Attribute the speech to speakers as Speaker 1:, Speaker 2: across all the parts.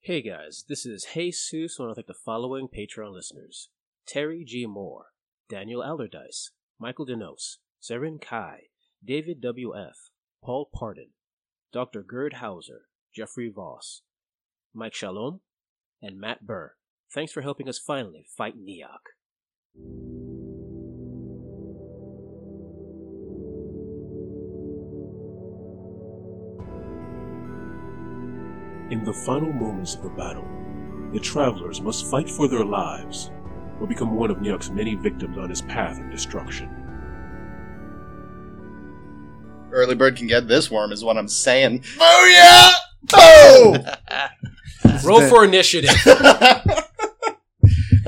Speaker 1: Hey guys, this is Jesus, one of the following Patreon listeners Terry G. Moore, Daniel Allardyce, Michael Denos, Serin Kai, David W.F., Paul Pardon, Dr. Gerd Hauser, Jeffrey Voss, Mike Shalom, and Matt Burr. Thanks for helping us finally fight Neok.
Speaker 2: In the final moments of the battle, the travelers must fight for their lives or become one of Nyuk's many victims on his path of destruction.
Speaker 3: Early bird can get this worm, is what I'm saying.
Speaker 4: Oh,
Speaker 3: Oh!
Speaker 4: Booyah!
Speaker 3: Boom!
Speaker 4: Oh!
Speaker 1: Roll for initiative.
Speaker 3: All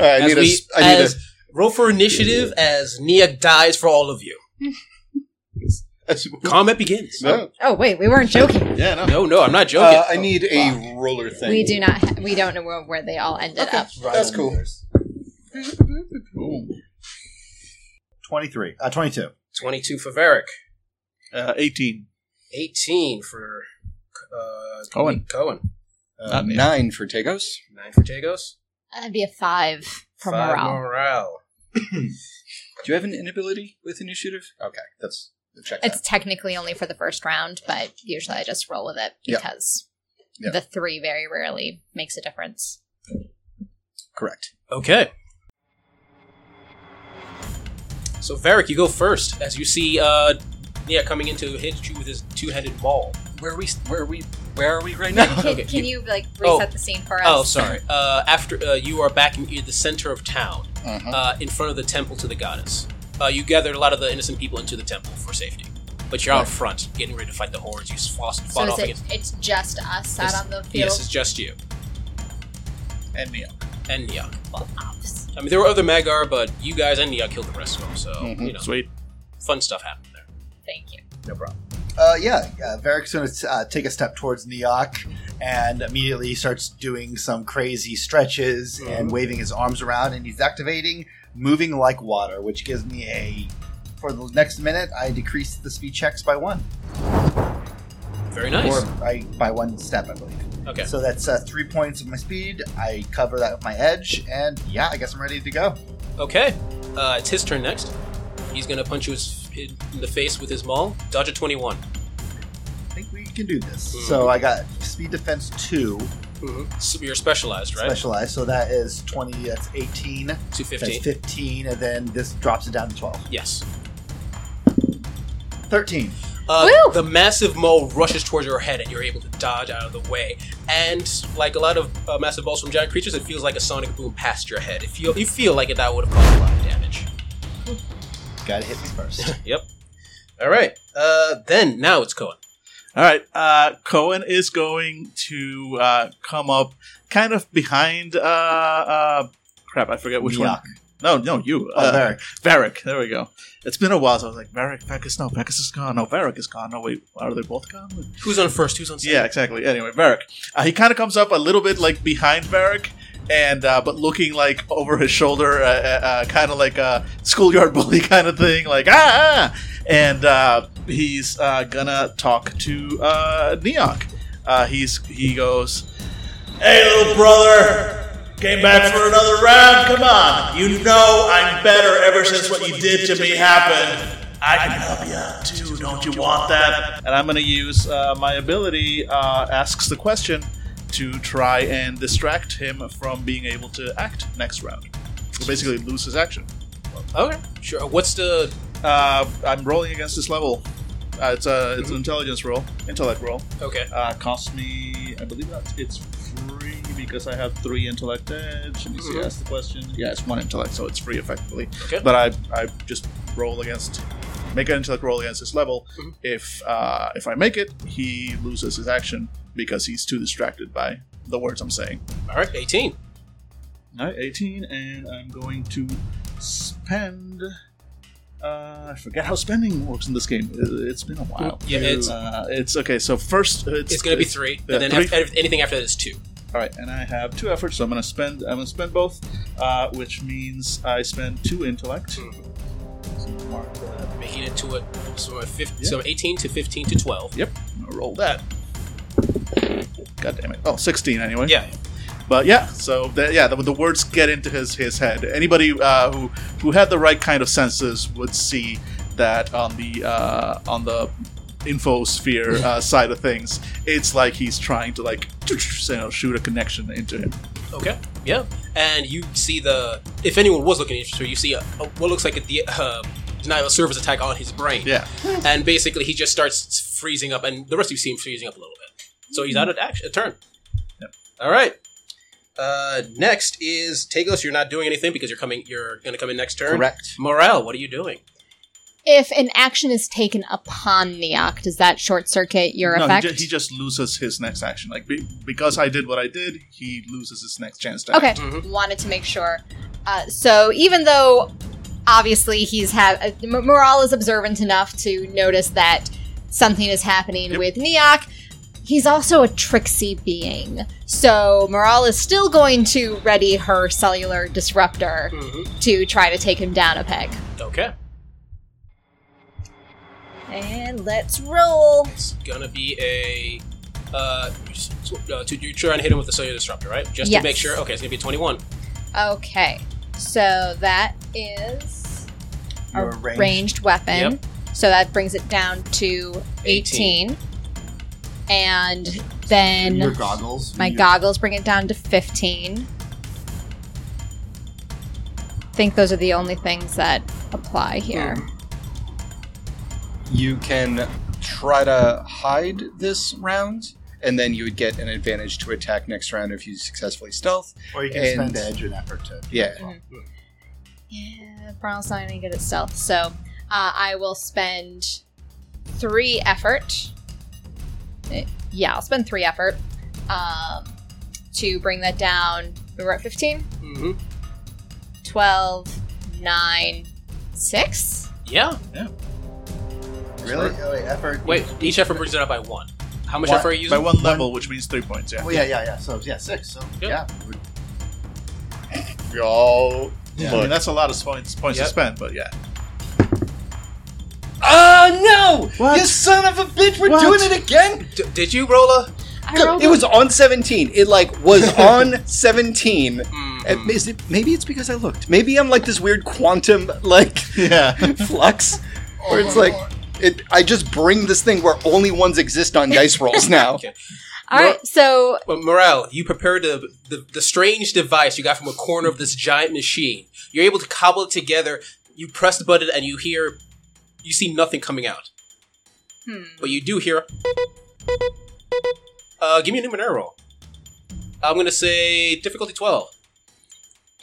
Speaker 3: right, I
Speaker 1: as
Speaker 3: need, a
Speaker 1: we,
Speaker 3: s I need
Speaker 1: as, roll for initiative as Neok dies for all of you.
Speaker 3: a.
Speaker 1: Combat begins.
Speaker 3: No.
Speaker 5: Oh wait, we weren't joking.
Speaker 3: Yeah, no.
Speaker 1: No, no, I'm not joking.
Speaker 3: Uh, I need a roller thing.
Speaker 5: We do not. Ha- we don't know where- where they all ended
Speaker 3: Okay,
Speaker 5: up.
Speaker 3: that's cool.
Speaker 4: 23. Uh, 22.
Speaker 1: 22 for Varric.
Speaker 6: Uh, 18.
Speaker 1: 18 for uh,
Speaker 6: Cohen.
Speaker 1: Cohen.
Speaker 3: Uh,
Speaker 6: Not me.
Speaker 3: nine for Tagos.
Speaker 1: 9 for Tagos.
Speaker 5: That'd be a five for
Speaker 1: 5
Speaker 5: morale.
Speaker 1: morale.
Speaker 3: Do you have an inability with initiative? Okay, that's check.
Speaker 5: It's technically only for the first round, but usually I just roll with it
Speaker 3: Yeah.
Speaker 5: because
Speaker 3: Yeah.
Speaker 5: the three very rarely makes a difference.
Speaker 3: correct.
Speaker 1: Okay. So, Varric, you go first as you see uh, Nia coming in to hit you with his two headed ball.
Speaker 7: Where are we? Where are we? Where are we right now?
Speaker 5: Can,
Speaker 1: Okay,
Speaker 5: can you like
Speaker 1: Oh.
Speaker 5: reset the scene for us?
Speaker 1: Oh, sorry. Uh, after uh, you are back in the center of town,
Speaker 3: Uh-huh.
Speaker 1: uh, in front of the temple to the goddess. Uh, you gathered a lot of the innocent people into the temple for safety, but you're out front, getting ready to fight the hordes. You fought,
Speaker 5: So
Speaker 1: fought
Speaker 5: is
Speaker 1: off
Speaker 5: it,
Speaker 1: against.
Speaker 5: it's just us out
Speaker 1: It's-
Speaker 5: on the field.
Speaker 1: Yes, it's just you
Speaker 6: And Neil.
Speaker 1: and Neok.
Speaker 5: Well, obviously.
Speaker 1: I mean, there were other Magar, but you guys and Neok killed the rest of them, so
Speaker 5: Mm-hmm.
Speaker 3: Mhm.
Speaker 1: you know,
Speaker 6: Sweet.
Speaker 1: fun stuff happened there.
Speaker 5: Thank you.
Speaker 4: Uh, yeah, uh, Varric's going to uh, take a step towards Neok and immediately starts doing some crazy stretches and waving his arms around, and he's activating moving like water, which gives me a. For the next minute, I decrease the speed checks by one,
Speaker 1: Very nice.
Speaker 4: or I, by one step, I believe.
Speaker 1: Okay,
Speaker 4: So that's uh, three points of my speed. I cover that with my edge, and yeah, I guess I'm ready to go.
Speaker 1: okay. Uh, it's his turn next. He's gonna punch you his- in the face with his maul. Dodge a twenty-one.
Speaker 4: I think we can do this.
Speaker 1: Hmm.
Speaker 4: So I got speed defense two
Speaker 5: Mm-hmm.
Speaker 1: So you're specialized, right?
Speaker 4: specialized. So that is twenty. That's eighteen.
Speaker 1: Two
Speaker 4: That's
Speaker 1: fifteen.
Speaker 4: fifteen, and then this drops it down to twelve.
Speaker 1: Yes.
Speaker 4: Thirteen.
Speaker 1: Uh,
Speaker 5: Woo!
Speaker 1: the massive mole rushes towards your head, and you're able to dodge out of the way. And like a lot of uh, massive balls from giant creatures, it feels like a sonic boom past your head. It feel you feel like it that would have caused a lot of damage.
Speaker 4: Gotta hit me first.
Speaker 1: Yep. All right. Uh, then now it's Cohen.
Speaker 6: All right. Uh, Cohen is going to uh, come up kind of behind. Uh, uh, crap, I forget which one.
Speaker 4: Yuck.
Speaker 6: No, no, you.
Speaker 4: Oh,
Speaker 6: uh,
Speaker 4: there.
Speaker 6: Varric. There we go. It's been a while, so I was like, Varric, Pecus, no, Pecus is gone. No, Varric is gone. No, wait, are they both gone?
Speaker 1: Who's on first? Who's on second?
Speaker 6: Yeah, exactly. Anyway, Varric. Uh, he kind of comes up a little bit like behind Varric, and uh, but looking like over his shoulder, uh, uh, uh, kind of like a schoolyard bully kind of thing, like ah. ah!" And uh, he's uh, gonna talk to uh, Neok. Uh, he's he goes, "Hey, little brother." Came back for another round. Come on, you know I'm better ever since what you did to me happened. I can help you out too. Don't you want that? And I'm going to use uh, my ability, uh, asks the question, to try and distract him from being able to act next round. So basically, lose his action.
Speaker 1: Okay. Sure. What's the?
Speaker 6: Uh, I'm rolling against this level. Uh, it's a it's an intelligence roll, intellect roll.
Speaker 1: Okay.
Speaker 6: Uh, costs me, I believe that it's free because I have three intellect edge. And you see,
Speaker 1: Mhm.
Speaker 6: ask the question. Yeah, it's one intellect, so it's free effectively.
Speaker 1: Okay.
Speaker 6: But I I just roll against, make an intellect roll against this level.
Speaker 1: Mhm.
Speaker 6: If uh, if I make it, he loses his action because he's too distracted by the words I'm saying.
Speaker 1: All right. Eighteen.
Speaker 6: All right, 18, and I'm going to spend. Uh, I forget how spending works in this game. It- It's been a while.
Speaker 1: Yeah, it's-
Speaker 6: uh, it's okay. So first, it's,
Speaker 1: It's, gonna be three,
Speaker 6: yeah,
Speaker 1: and then
Speaker 6: three.
Speaker 1: af- af- anything after that is two.
Speaker 6: All right, and I have two efforts, so I'm gonna spend. I'm gonna spend both, uh, which means I spend two intellect. So mark that.
Speaker 1: Making it to a so a 15,
Speaker 6: Yeah.
Speaker 1: so eighteen to fifteen to twelve.
Speaker 6: Yep, I'm gonna roll that. God damn it! Oh, 16 anyway.
Speaker 1: Yeah.
Speaker 6: But yeah, so the, yeah, the, the words get into his his head. Anybody uh, who who had the right kind of senses would see that on the uh, on the infosphere uh, side of things. It's like he's trying to like you know, shoot a connection into him.
Speaker 1: Okay. Yeah. And you see the if anyone was looking interested, you see a, a, what looks like a de- uh, denial of service attack on his brain.
Speaker 6: Yeah.
Speaker 1: And basically, he just starts freezing up, and the rest of you see him freezing up a little bit. So he's out of action, a turn.
Speaker 6: Yep.
Speaker 1: All right. Uh, next is Tagos. You're not doing anything because you're coming. You're going to come in next turn.
Speaker 4: Correct.
Speaker 1: Morel, what are you doing?
Speaker 5: If an action is taken upon Neok, does that short circuit your
Speaker 6: no,
Speaker 5: effect?
Speaker 6: He, ju- he just loses his next action. Like be- because I did what I did, he loses his next chance to.
Speaker 5: Okay,
Speaker 6: act.
Speaker 1: Mhm.
Speaker 5: wanted to make sure. Uh, so even though obviously he's have uh, M- Morale is observant enough to notice that something is happening
Speaker 6: Yep.
Speaker 5: with Neok, he's also a tricksy being. So Morale is still going to ready her cellular disruptor
Speaker 1: Mm-hmm.
Speaker 5: to try to take him down a peg.
Speaker 1: Okay.
Speaker 5: And let's roll.
Speaker 1: It's gonna be a. Uh, s- uh, to, you're trying to hit him with the cellular disruptor, right? Just
Speaker 5: Yes.
Speaker 1: to make sure. Okay, it's gonna be a 21.
Speaker 5: Okay, so that is a
Speaker 4: Your range.
Speaker 5: ranged weapon. So that brings it down to
Speaker 1: 18.
Speaker 5: 18. And then
Speaker 4: your goggles.
Speaker 5: my
Speaker 4: you-
Speaker 5: goggles bring it down to 15. I think those are the only things that apply here.
Speaker 3: You can try to hide this round, and then you would get an advantage to attack next round if you successfully stealth.
Speaker 4: Or you can
Speaker 3: and-
Speaker 4: spend edge and effort to.
Speaker 3: Yeah.
Speaker 5: Yeah, Bronze not any good at stealth. So uh, I will spend three effort. Eh, Yeah, I'll spend three effort um, to bring that down. We were at 15,
Speaker 1: Mm-hmm.
Speaker 5: 12, 9, 6.
Speaker 1: Yeah.
Speaker 4: Really? Oh, wait, effort.
Speaker 1: Wait. Each effort brings it up by one. How much
Speaker 4: One-
Speaker 1: effort are you using?
Speaker 6: By one level, which means three points. Yeah.
Speaker 4: Well, Oh, yeah, yeah, yeah. So yeah, six. So
Speaker 1: Yep.
Speaker 4: yeah,
Speaker 6: Yo. Yeah, I
Speaker 4: look.
Speaker 6: mean, that's a lot of points points
Speaker 1: Yep.
Speaker 6: to spend, but yeah.
Speaker 3: Oh no!
Speaker 6: What?
Speaker 3: You son of a bitch! We're
Speaker 6: What?
Speaker 3: doing it again.
Speaker 1: D- did you roll a?
Speaker 5: I rolled
Speaker 3: It was on seventeen. It like was on seventeen.
Speaker 1: Mm.
Speaker 3: Uh, Is it, maybe it's because I looked. Maybe I'm like this weird quantum like
Speaker 6: Yeah.
Speaker 3: flux, where it's like it. I just bring this thing where only ones exist on dice rolls now.
Speaker 1: Okay.
Speaker 5: All right, so
Speaker 1: But uh, Morel, you prepared the, the the strange device you got from a corner of this giant machine. You're able to cobble it together. You press the button, and you hear, you see nothing coming out,
Speaker 5: hmm,
Speaker 1: but you do hear. Uh, give me a Numenera roll. I'm gonna say difficulty twelve.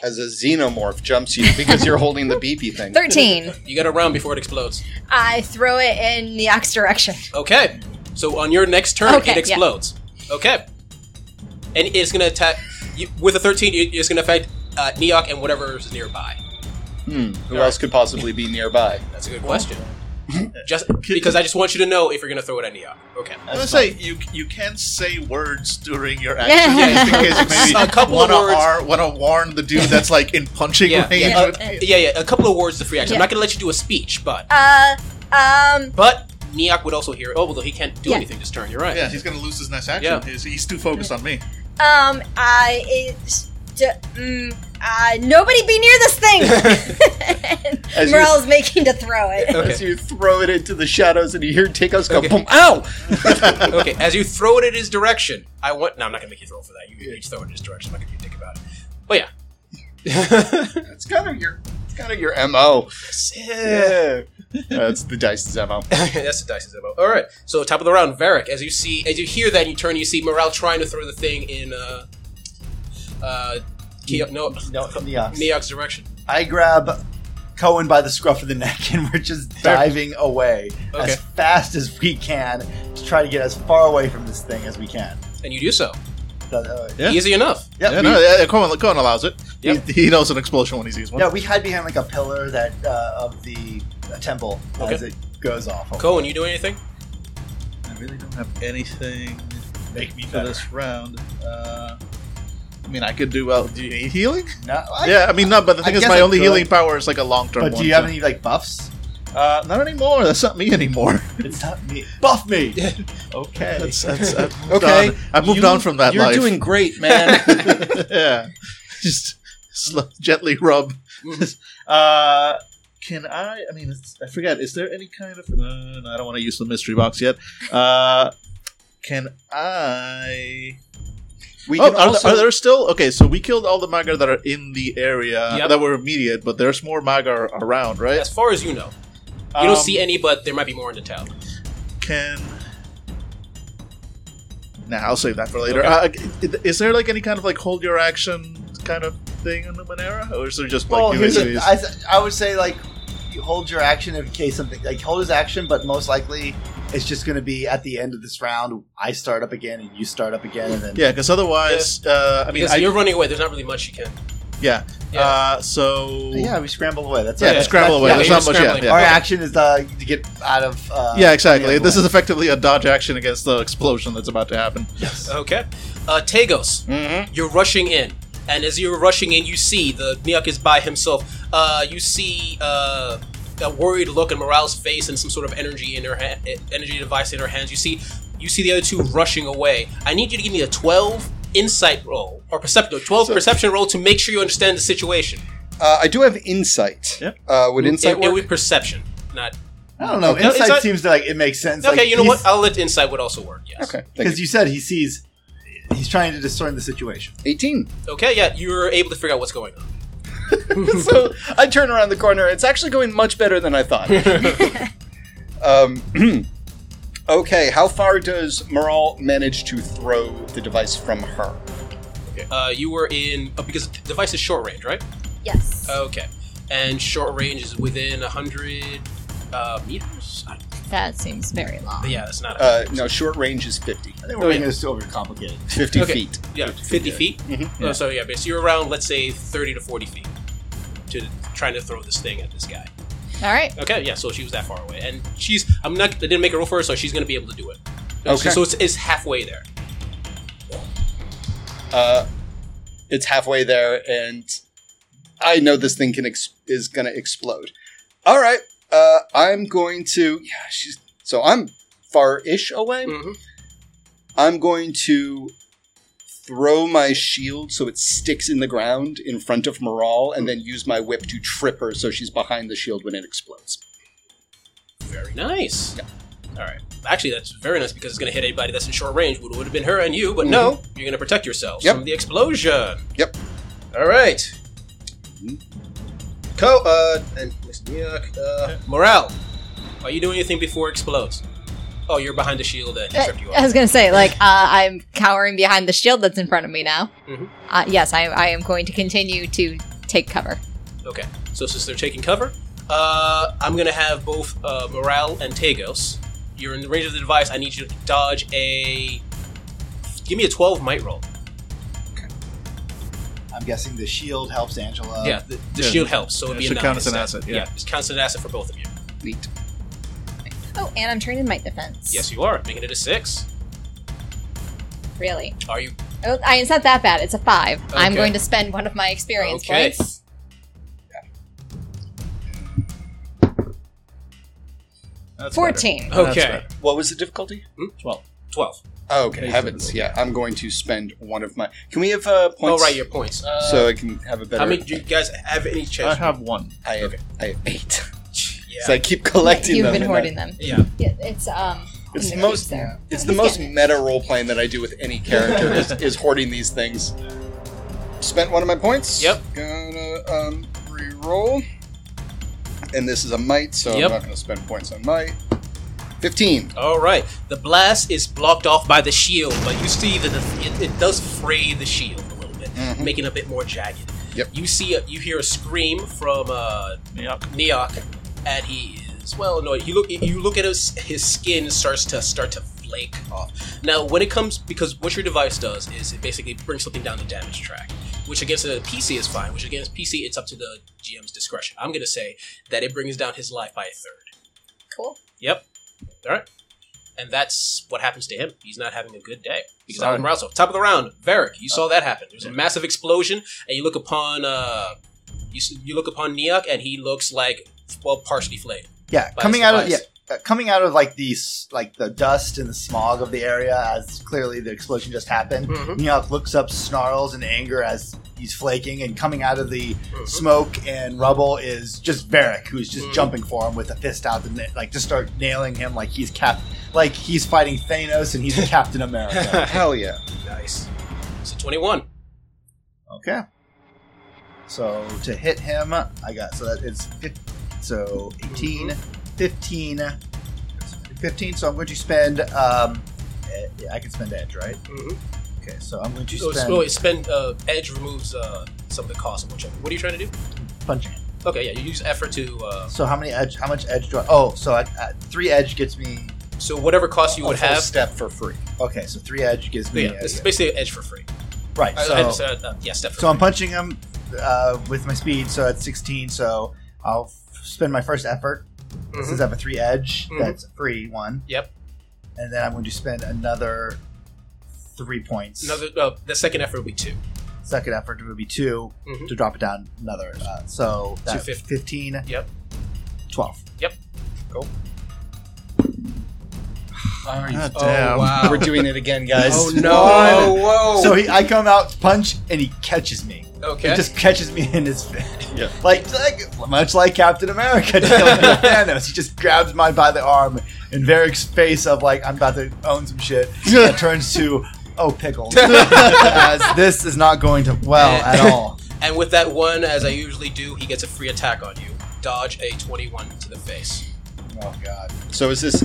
Speaker 3: As a xenomorph jumps you because you're holding the beepy thing.
Speaker 5: 13.
Speaker 1: You got to round before it explodes.
Speaker 5: I throw it in Neok's direction.
Speaker 1: Okay. So on your next turn,
Speaker 5: Okay,
Speaker 1: it
Speaker 5: yeah.
Speaker 1: explodes. Okay. And it's gonna attack you, with a 13. it- It's gonna affect uh, Neok and whatever is nearby.
Speaker 3: Hmm, who else could possibly be nearby?
Speaker 1: That's a good question. just because I just want you to know if you're gonna throw it at Neok. Okay.
Speaker 6: I was gonna say you you can say words during your action just in case you maybe
Speaker 1: A couple of
Speaker 6: wanna
Speaker 1: words.
Speaker 6: ar- wanna warn the dude that's like in punching
Speaker 1: Yeah,
Speaker 6: range.
Speaker 1: yeah.
Speaker 5: Oh,
Speaker 6: with-
Speaker 5: eh.
Speaker 1: Yeah, yeah. A couple of words to free action.
Speaker 5: Yeah.
Speaker 1: I'm not gonna let you do a speech, but
Speaker 5: Uh, um,
Speaker 1: but Neok would also hear. it. Oh, although he can't do
Speaker 5: Yeah.
Speaker 1: anything this turn. You're right.
Speaker 6: Yeah, he's gonna lose his next action.
Speaker 1: Yeah.
Speaker 6: He's, he's too focused on me.
Speaker 5: um, I, it's, d- mm, uh, nobody be near this thing!
Speaker 3: As
Speaker 5: And
Speaker 3: you-
Speaker 5: Morel's making to throw it.
Speaker 1: Okay.
Speaker 3: As you throw it into the shadows and you hear Takos go,
Speaker 1: Okay.
Speaker 3: boom, ow!
Speaker 1: okay, as you throw it in his direction, I want. No, I'm not gonna make you throw for that. You you just throw it in his direction. I'm not gonna be a dick about it. But yeah.
Speaker 3: That's kind of your, it's kind of your MO. Yeah. That's the dice's MO.
Speaker 1: That's the dice's ammo. All right. So top of the round, Varric. As you see, as you hear that, you turn. You see Morale trying to throw the thing in. uh uh Ke- no,
Speaker 4: no, Neox.
Speaker 1: Neok's direction.
Speaker 4: I grab Cohen by the scruff of the neck and we're just diving away
Speaker 1: Okay.
Speaker 4: as fast as we can to try to get as far away from this thing as we can.
Speaker 1: and you do so.
Speaker 4: But, uh,
Speaker 6: Yeah.
Speaker 1: Easy enough.
Speaker 4: yeah,
Speaker 6: yeah,
Speaker 4: we,
Speaker 6: no, yeah, Cohen, Cohen allows it.
Speaker 1: Yep.
Speaker 6: He, he knows an explosion when he sees one.
Speaker 4: yeah, we hide behind like a pillar that uh, of the uh, temple as
Speaker 1: Okay.
Speaker 4: it goes off.
Speaker 1: Cohen, you doing anything?
Speaker 6: I really don't have anything
Speaker 4: Make me
Speaker 6: for
Speaker 4: better.
Speaker 6: this round. Uh, I mean, I could do well. Do you need healing?
Speaker 4: No, I-
Speaker 6: yeah, I mean, no. But the
Speaker 4: I
Speaker 6: thing is,
Speaker 4: guess
Speaker 6: my
Speaker 4: I
Speaker 6: only
Speaker 4: could.
Speaker 6: healing power is like a long term.
Speaker 4: But do you have any like buffs?
Speaker 6: Uh, not anymore. That's not me anymore.
Speaker 4: It's not me. Buff me. okay.
Speaker 6: That's, that's, I've moved
Speaker 7: Okay,
Speaker 6: on. I moved
Speaker 7: you-
Speaker 6: on from that
Speaker 7: You're
Speaker 6: life.
Speaker 7: doing great, man.
Speaker 6: yeah. Just sl- gently rub. Mm. uh, can I? I mean, it's, I forget. Is there any kind of? No, no, I don't want to use the mystery box yet. Uh, can I?
Speaker 4: We
Speaker 6: Oh,
Speaker 4: can
Speaker 6: are,
Speaker 4: also-
Speaker 6: there, are there still? Okay, so we killed all the Magar that are in the area
Speaker 1: Yep.
Speaker 6: that were immediate, but there's more Magar around, right?
Speaker 1: As far as you know, you don't
Speaker 6: Um,
Speaker 1: see any, but there might be more in the town.
Speaker 6: can. Nah, I'll save that for later. Uh, is there like any kind of like hold your action kind of thing in the Monera, or is there just like
Speaker 4: well,
Speaker 6: you
Speaker 4: here's
Speaker 6: guys
Speaker 4: a, I, s- I would say like you hold your action in case something like hold his action, but most likely it's just going to be at the end of this round. I start up again and you start up again, and then
Speaker 6: Yeah, because otherwise, uh, I mean,
Speaker 1: Because
Speaker 6: I,
Speaker 1: you're running away. There's not really much you can.
Speaker 6: yeah.
Speaker 1: Yeah.
Speaker 6: Uh, so
Speaker 4: yeah, we scramble away. That's
Speaker 6: yeah,
Speaker 4: it.
Speaker 6: scramble away.
Speaker 1: yeah,
Speaker 6: There's
Speaker 1: you're
Speaker 6: not much yet.
Speaker 1: scrambling.
Speaker 6: Yeah.
Speaker 4: Our
Speaker 1: Okay.
Speaker 4: action is uh, to get out of. Uh,
Speaker 6: Yeah, exactly.
Speaker 4: Yeah,
Speaker 6: this
Speaker 4: well.
Speaker 6: is effectively a dodge action against the explosion that's about to happen.
Speaker 1: Okay. Uh, Tagos,
Speaker 3: Mm-hmm.
Speaker 7: Mhm.
Speaker 1: you're rushing in. And as you're rushing in, you see the Nyuk is by himself. Uh, you see uh, a worried look in Morale's face and some sort of energy in her ha- energy device in her hands. You see, you see the other two rushing away. I need you to give me a 12 insight roll or perception, 12 perception roll to make sure you understand the situation.
Speaker 3: Uh, I do have insight.
Speaker 6: Yep.
Speaker 3: Uh, would
Speaker 1: it,
Speaker 3: insight
Speaker 1: it
Speaker 3: work?
Speaker 1: would perception, not.
Speaker 4: I don't know.
Speaker 1: Okay,
Speaker 4: Insight
Speaker 1: inside-
Speaker 4: seems to like it makes sense.
Speaker 1: okay, you know what? I'll let insight would also work. Yes.
Speaker 3: Okay. Thank
Speaker 4: Because
Speaker 3: you.
Speaker 4: you said he sees, he's trying to discern the situation.
Speaker 3: 18.
Speaker 1: Okay. Yeah, you're able to figure out what's going on.
Speaker 3: so I turn around the corner. It's actually going much better than I thought. um, okay, how far does Moral manage to throw the device from her?
Speaker 1: Uh, you were in oh, because the device is short range, right?
Speaker 5: Yes.
Speaker 1: Okay. And short range is within 100 uh, meters? I-
Speaker 5: that seems very long.
Speaker 1: yeah, that's not a,
Speaker 3: Uh, no, short range is 50.
Speaker 4: I think
Speaker 1: Oh,
Speaker 4: we're
Speaker 1: yeah.
Speaker 4: going to overcomplicate. it.
Speaker 3: 50
Speaker 1: Okay.
Speaker 3: feet.
Speaker 1: yeah, 50 feet.
Speaker 3: Mhm.
Speaker 1: Oh, so yeah, but you're around, let's say, 30 to 40 feet to trying to throw this thing at this guy.
Speaker 5: All right.
Speaker 1: Okay, yeah, so she was that far away. And she's, I'm not, I didn't make a roll for her, so she's going to be able to do it.
Speaker 3: Okay.
Speaker 1: So it's, it's halfway there.
Speaker 3: Uh, it's halfway there, and I know this thing can ex- is going to explode. All right, uh, I'm going to. Yeah, she's. So I'm far ish away.
Speaker 1: hmm
Speaker 3: I'm going to throw my shield so it sticks in the ground in front of Moral, and then use my whip to trip her so she's behind the shield when it explodes.
Speaker 1: Very nice. All right. Actually, that's very nice because it's going to hit anybody that's in short range. Would would have been her and you, but no, you're going to protect yourselves
Speaker 3: Yep.
Speaker 1: from the explosion.
Speaker 3: Yep.
Speaker 1: All right.
Speaker 3: Mhm.
Speaker 1: Mm-hmm. Co uh and Yuck, uh, morale. Are you doing anything before it explodes? Oh, you're behind the shield and he
Speaker 5: I,
Speaker 1: tripped you
Speaker 5: I
Speaker 1: off.
Speaker 5: was gonna say, like, uh, I'm cowering behind the shield that's in front of me now.
Speaker 1: Mhm.
Speaker 5: Uh, yes, I, I am going to continue to take cover.
Speaker 1: Okay. So since they're taking cover, uh, I'm gonna have both uh, morale and Tagos. You're in the range of the device. I need you to dodge a. Give me a 12 might roll.
Speaker 4: I'm guessing the shield helps Angela.
Speaker 1: yeah, the, the
Speaker 6: yeah.
Speaker 1: shield helps, so it'd
Speaker 6: It
Speaker 1: be
Speaker 6: should
Speaker 1: a
Speaker 6: count as an
Speaker 1: nine
Speaker 6: asset, yeah.
Speaker 1: it counts as an asset for both of you.
Speaker 3: Neat.
Speaker 5: Oh, and I'm trained in might defense.
Speaker 1: Yes, you are making it a six.
Speaker 5: Really?
Speaker 1: Are you?
Speaker 5: Oh, I, it's not that bad. It's a five. I'm
Speaker 1: Okay.
Speaker 5: going to spend one of my experience
Speaker 1: Okay.
Speaker 5: points.
Speaker 6: That's
Speaker 5: Fourteen.
Speaker 6: Oh, That's
Speaker 1: Okay,
Speaker 3: What was the difficulty?
Speaker 1: twelve.
Speaker 3: Oh, okay, heavens. Yeah, I'm going to spend one of my. Can we have uh,
Speaker 1: Oh
Speaker 3: points?
Speaker 1: right, your points. Uh,
Speaker 3: so I can have a better.
Speaker 1: how many do you guys have any
Speaker 6: better. I
Speaker 1: chance?
Speaker 6: have one.
Speaker 3: I have, I have eight.
Speaker 1: Yeah.
Speaker 3: So I keep collecting
Speaker 5: You've
Speaker 3: them.
Speaker 5: been
Speaker 3: and I-
Speaker 5: hoarding them.
Speaker 1: yeah.
Speaker 5: Yeah, it's um.
Speaker 3: It's
Speaker 5: in
Speaker 3: the most-
Speaker 5: cubes there.
Speaker 3: It's the
Speaker 5: He's
Speaker 3: most
Speaker 5: getting it.
Speaker 3: meta role playing that I do with any character is, is hoarding these things. Spent one of my points.
Speaker 1: Yep.
Speaker 3: Gonna um, re-roll. And this is a might, so
Speaker 1: Yep.
Speaker 3: I'm not gonna spend points on might. Fifteen.
Speaker 1: All right. The blast is blocked off by the shield, but you see that the, it, it does fray the shield a little bit,
Speaker 6: Mm-hmm.
Speaker 3: Mhm.
Speaker 1: making it a bit more jagged.
Speaker 3: Yep.
Speaker 1: You see, a, you hear a scream from uh,
Speaker 6: Yep.
Speaker 1: Neok, and he is well annoyed. You look, you look at his his skin starts to start to flake off. Now, when it comes, because what your device does is it basically brings something down the damage track, which against a PC is fine. Which against PC, it's up to the GM's discretion. I'm gonna say that it brings down his life by a third.
Speaker 5: Cool.
Speaker 1: Yep. All right. And that's what happens to him. He's not having a good day. Because
Speaker 6: Sorry.
Speaker 1: Alan Rousseau. Top of the round, Varric. You saw that happen. There's a massive explosion, and you look upon uh, you, s- you look upon Neok, and he looks like well partially flayed.
Speaker 4: Yeah,
Speaker 1: By
Speaker 4: coming out of yeah,
Speaker 1: surprise.
Speaker 4: uh, coming out of like these like the dust and the smog of the area as clearly the explosion just happened.
Speaker 1: Mhm.
Speaker 4: Neok looks up, snarls in anger as he's flaking, and coming out of the
Speaker 1: Mm-hmm.
Speaker 4: smoke and rubble is just Varric, who's just
Speaker 1: Mhm.
Speaker 4: jumping for him with a fist out and like just start nailing him like he's cap like he's fighting Thanos and he's Captain America.
Speaker 3: Hell yeah.
Speaker 1: Nice. So 21.
Speaker 4: Okay. So to hit him, I got so that it's fif- so 18, 15, 15. So I'm going to spend. Um, eh, yeah, I can spend edge, right?
Speaker 1: Mm-hmm.
Speaker 4: Okay, so I'm going to
Speaker 1: Oh,
Speaker 4: spend
Speaker 1: spend, wait, spend uh, edge removes uh, some of the cost of whichever. What are you trying to do?
Speaker 4: punching.
Speaker 1: Okay, yeah, you use effort to. Uh,
Speaker 4: So how many edge? How much edge do I? Oh, so I, uh, three edge gets me.
Speaker 1: so whatever cost you
Speaker 3: A
Speaker 1: would
Speaker 3: full
Speaker 1: have.
Speaker 3: step for free.
Speaker 4: Okay, so three edge gives
Speaker 1: Yeah,
Speaker 4: me.
Speaker 1: this is
Speaker 4: uh,
Speaker 1: basically edge for free.
Speaker 4: right.
Speaker 1: I- I
Speaker 4: So
Speaker 1: just said, uh, yeah, step for
Speaker 4: So I'm
Speaker 1: free.
Speaker 4: punching him uh, with my speed, so that's 16. So I'll f- spend my first effort since I have a three edge.
Speaker 1: Mhm.
Speaker 4: That's a free one.
Speaker 1: Mm-hmm. Yep.
Speaker 4: And then I'm going to spend another three points.
Speaker 1: Another, uh, the second effort would be two.
Speaker 4: Second effort would be 2
Speaker 1: Mhm.
Speaker 4: to drop it down another. Uh, so that's
Speaker 1: 250.
Speaker 4: 15.
Speaker 1: Yep.
Speaker 4: 12.
Speaker 6: God damn.
Speaker 7: wow.
Speaker 3: We're doing it again, guys.
Speaker 1: Oh no!
Speaker 7: whoa.
Speaker 4: So he, I come out, punch, and he catches me.
Speaker 1: Okay.
Speaker 4: He just catches me in his face.
Speaker 3: Yeah.
Speaker 4: Like, like, much like Captain America dealing with Thanos. He just grabs mine by the arm, and Varric's face of, like, I'm about to own some shit, uh, turns to, oh, pickles. As this is not going to well at all.
Speaker 1: and with that one, as I usually do, he gets a free attack on you. Dodge a 21 to the face.
Speaker 4: Oh, God.
Speaker 3: So is this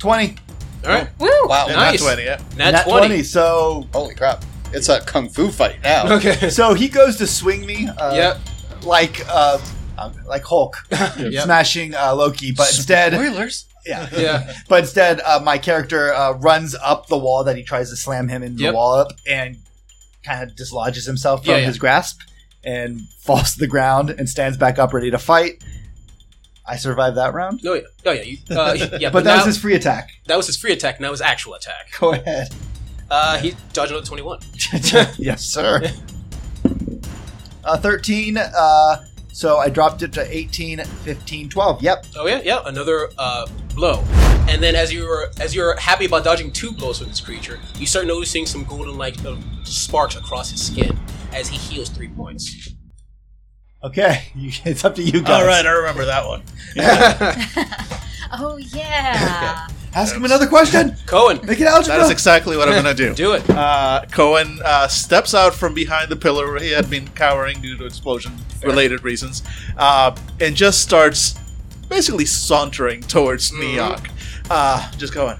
Speaker 4: 20.
Speaker 1: All right.
Speaker 5: Woo!
Speaker 1: Wow.
Speaker 6: Yeah,
Speaker 1: Nice.
Speaker 6: Not 20, yeah.
Speaker 1: Nat,
Speaker 4: Nat
Speaker 1: 20.
Speaker 4: So
Speaker 3: holy crap? It's a kung fu fight now.
Speaker 1: Okay.
Speaker 4: so he goes to swing me. Uh,
Speaker 1: Yep.
Speaker 4: Like uh, uh, like Hulk
Speaker 1: Yep.
Speaker 4: smashing uh, Loki, but instead,
Speaker 7: Spoilers.
Speaker 4: yeah,
Speaker 1: Yeah.
Speaker 4: but instead, uh, my character uh, runs up the wall that he tries to slam him in
Speaker 1: Yep.
Speaker 4: the wall up, and kind of dislodges himself from
Speaker 1: Yeah, yeah.
Speaker 4: his grasp and falls to the ground and stands back up ready to fight. I survived that round,
Speaker 1: No. Yeah. Oh, yeah. You, uh, yeah.
Speaker 4: but that
Speaker 1: now,
Speaker 4: was his free attack.
Speaker 1: that was his free attack. Now his actual attack.
Speaker 4: Go ahead.
Speaker 1: Uh, he dodged another 21.
Speaker 4: yes, sir. Uh, 13, uh, so I dropped it to 18, 15, 12. Yep.
Speaker 1: Oh yeah, yeah, another uh, blow. And then as you're as you're happy about dodging two blows from this creature, you start noticing some golden like uh, sparks across his skin as he heals three points.
Speaker 4: Okay. You- It's up to you guys.
Speaker 6: All right, I remember that one.
Speaker 5: Oh yeah.
Speaker 4: Ask him another question.
Speaker 1: Cohen,
Speaker 4: Make it
Speaker 6: That is
Speaker 4: algebra.
Speaker 6: exactly what I'm going to do.
Speaker 1: do it.
Speaker 6: Uh, Cohen uh, steps out from behind the pillar where he had been cowering due to explosion related reasons uh, and just starts basically sauntering towards Neok. Uh, just going,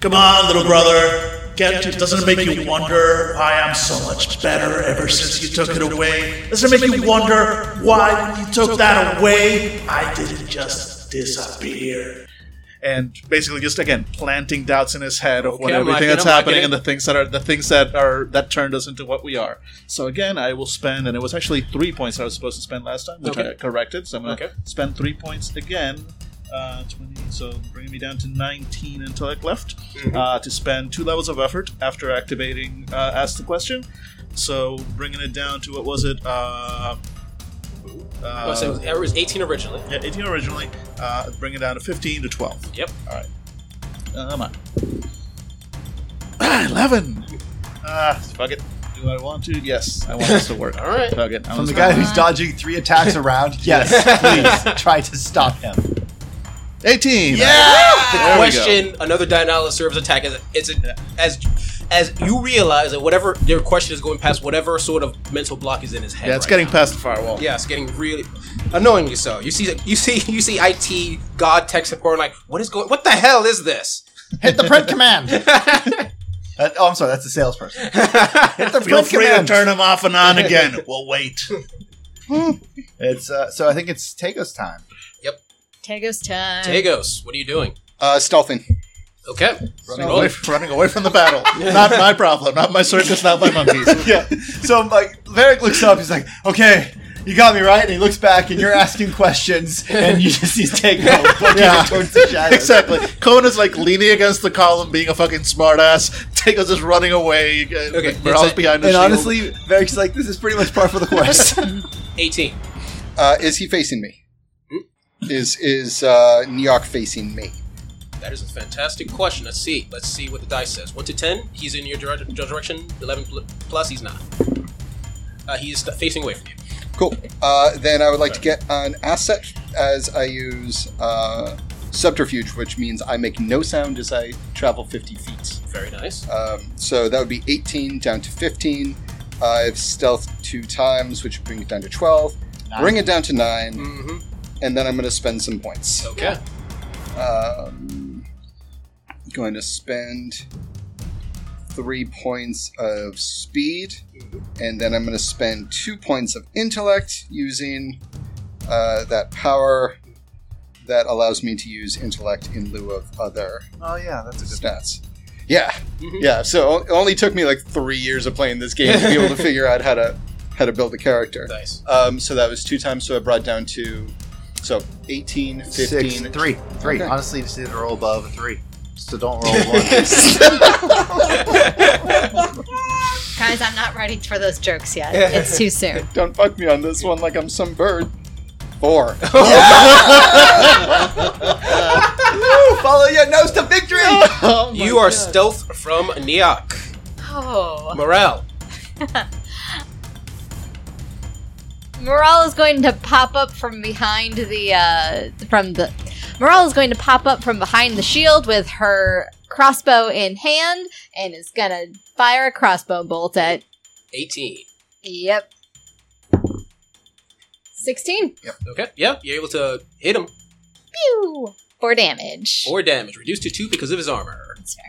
Speaker 6: Come on, little brother. Get, doesn't it make you wonder? I am so much better ever since you took it away. Doesn't it make you wonder why when you took that away, I didn't just disappear? And basically, just again planting doubts in his head of what
Speaker 1: Okay, I'm
Speaker 6: everything
Speaker 1: liking
Speaker 6: that's
Speaker 1: it, I'm liking
Speaker 6: happening
Speaker 1: it.
Speaker 6: and the things that are the things that are that turned us into what we are. So again, I will spend, and it was actually three points I was supposed to spend last time, which
Speaker 1: Okay.
Speaker 6: I corrected. So I'm gonna
Speaker 1: Okay.
Speaker 6: spend three points again. Uh, 20, so bringing me down to 19 until I left
Speaker 1: Mm-hmm.
Speaker 6: uh, to spend two levels of effort after activating uh, ask the question. So bringing it down to what was it? Uh,
Speaker 1: I was saying it was- it was 18 originally.
Speaker 6: yeah, 18 originally. Uh, bring it down to 15 to 12.
Speaker 1: Yep.
Speaker 6: All right. Uh, come on. Ah, 11. Ah, fuck it. Do I want to? Yes, I want this to work.
Speaker 1: All right.
Speaker 6: Fuck it. I'm
Speaker 4: From the
Speaker 6: just
Speaker 4: guy
Speaker 6: gonna-
Speaker 4: who's dodging three attacks around. Yes, please try to stop him.
Speaker 6: 18.
Speaker 1: The
Speaker 6: There we
Speaker 1: question, another Dianala service attack, is it's a, as as you realize that whatever your question is going past whatever sort of mental block is in his head.
Speaker 6: Yeah, it's
Speaker 1: right
Speaker 6: getting
Speaker 1: now.
Speaker 6: past the firewall.
Speaker 1: Yeah, it's getting really annoyingly so. You see, you see, you see. IT God tech support like, what is going? What the hell is this?
Speaker 4: Hit the print command. Uh, oh, I'm sorry. That's the salesperson. Hit the
Speaker 6: Feel
Speaker 4: print
Speaker 6: free to
Speaker 4: command.
Speaker 6: turn them off and on again. we'll wait.
Speaker 4: It's uh, so I think it's Tago's time.
Speaker 5: Tego's time.
Speaker 1: Tagos, what are you doing?
Speaker 3: Uh, stealthing.
Speaker 1: Okay,
Speaker 6: Running
Speaker 1: roll
Speaker 6: away,
Speaker 1: it.
Speaker 6: running away from the battle. Not my problem. Not my circus. Not my monkeys.
Speaker 4: yeah. So like Varric looks up, he's like, Okay, you got me right, and he looks back and you're asking questions and you just see Tego looking
Speaker 6: Yeah.
Speaker 4: towards the shadows.
Speaker 6: exactly. Cohen is like leaning against the column, being a fucking smartass. Tego's just running away. Uh,
Speaker 1: Okay,
Speaker 6: okay, Morales
Speaker 1: it's a-
Speaker 6: behind the
Speaker 4: And
Speaker 6: shield.
Speaker 4: honestly, Varric's like, This is pretty much par for the course.
Speaker 1: Eighteen.
Speaker 3: Uh, is he facing me? Is is uh, Neok facing me?
Speaker 1: That is a fantastic question. Let's see. Let's see what the dice says. One to ten, he's in your direct, your direction. Eleven pl- plus, he's not. Uh, he's st- facing away from you.
Speaker 3: Cool. Uh, then I would like to get an asset as I use uh, subterfuge, which means I make no sound as I travel 50 feet.
Speaker 1: Very nice.
Speaker 3: Um, so that would be 18 down to 15. I've stealth two times, which would bring it down to 12. Bring it down to 9,
Speaker 1: Mm-hmm.
Speaker 3: and then I'm going to spend some points.
Speaker 1: Okay.
Speaker 3: Um, going to spend three points of speed, and then I'm going to spend two points of intellect using uh, that power that allows me to use intellect in lieu of other
Speaker 4: Oh yeah, that's a
Speaker 3: stats. Yeah,
Speaker 1: Mhm.
Speaker 3: yeah. So it only took me like three years of playing this game to be able to figure out how to how to build a character.
Speaker 1: Nice.
Speaker 3: Um, so that was two times. So I brought down to so 18, 15,
Speaker 4: Six, three, three.
Speaker 3: Okay.
Speaker 4: Honestly, you just need to roll above a three. So don't roll one.
Speaker 5: Guys, I'm not ready for those jokes yet. It's too soon.
Speaker 3: Don't fuck me on this one like I'm some bird. Four.
Speaker 4: Follow your nose to victory.
Speaker 1: you are stealth from Niak.
Speaker 5: Oh.
Speaker 1: Morale.
Speaker 5: Morale is going to pop up from behind the uh from the Morale is going to pop up from behind the shield with her crossbow in hand and is gonna fire a crossbow bolt at
Speaker 1: 18.
Speaker 5: Yep. Sixteen.
Speaker 1: Okay. Yeah, you're able to hit him.
Speaker 5: Pew! Four damage.
Speaker 1: Or damage. Reduced to two because of his armor.
Speaker 5: That's fair.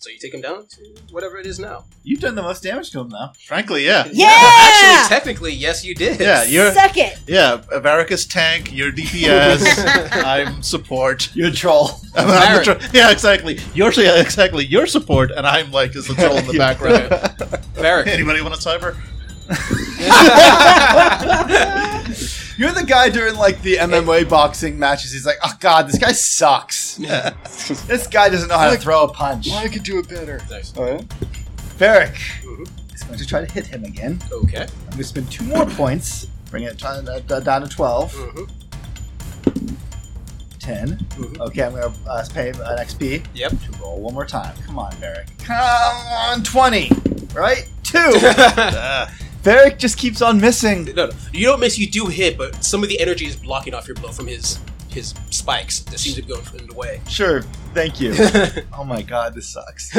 Speaker 1: So you take him down to whatever it is now.
Speaker 4: You've done the most damage to him now.
Speaker 6: Frankly, yeah.
Speaker 5: Yeah!
Speaker 1: Actually, technically, yes, you did.
Speaker 6: Yeah, you're
Speaker 5: Suck it.
Speaker 6: yeah, Varicus tank, you're DPS, I'm support.
Speaker 4: You're a troll.
Speaker 6: I'm, I'm the tr- yeah, exactly. You're yeah, exactly your support, and I'm like just the troll in the background.
Speaker 1: Varric.
Speaker 6: Anybody want a cyber?
Speaker 4: You're the guy during like the MMA boxing matches. He's like, oh god, this guy sucks. this guy doesn't know how to throw a punch.
Speaker 3: I could do it better.
Speaker 1: Nice.
Speaker 3: Oh, yeah?
Speaker 4: Ferric
Speaker 1: Mhm.
Speaker 4: is going to try to hit him again.
Speaker 1: Okay.
Speaker 4: I'm going to spend two more points, bring it down, uh, down to 12,
Speaker 1: hmm
Speaker 4: 10.
Speaker 1: Mhm.
Speaker 4: Okay, I'm going to uh, pay him an XP
Speaker 1: Yep.
Speaker 4: to roll one more time. Come on, Ferric. Come on, 20. Right? Two. Ferric just keeps on missing.
Speaker 1: no, no. You don't miss. You do hit, but some of the energy is blocking off your blow from his his spikes that seems to be going in the way.
Speaker 4: Sure, thank you. oh my god, this sucks.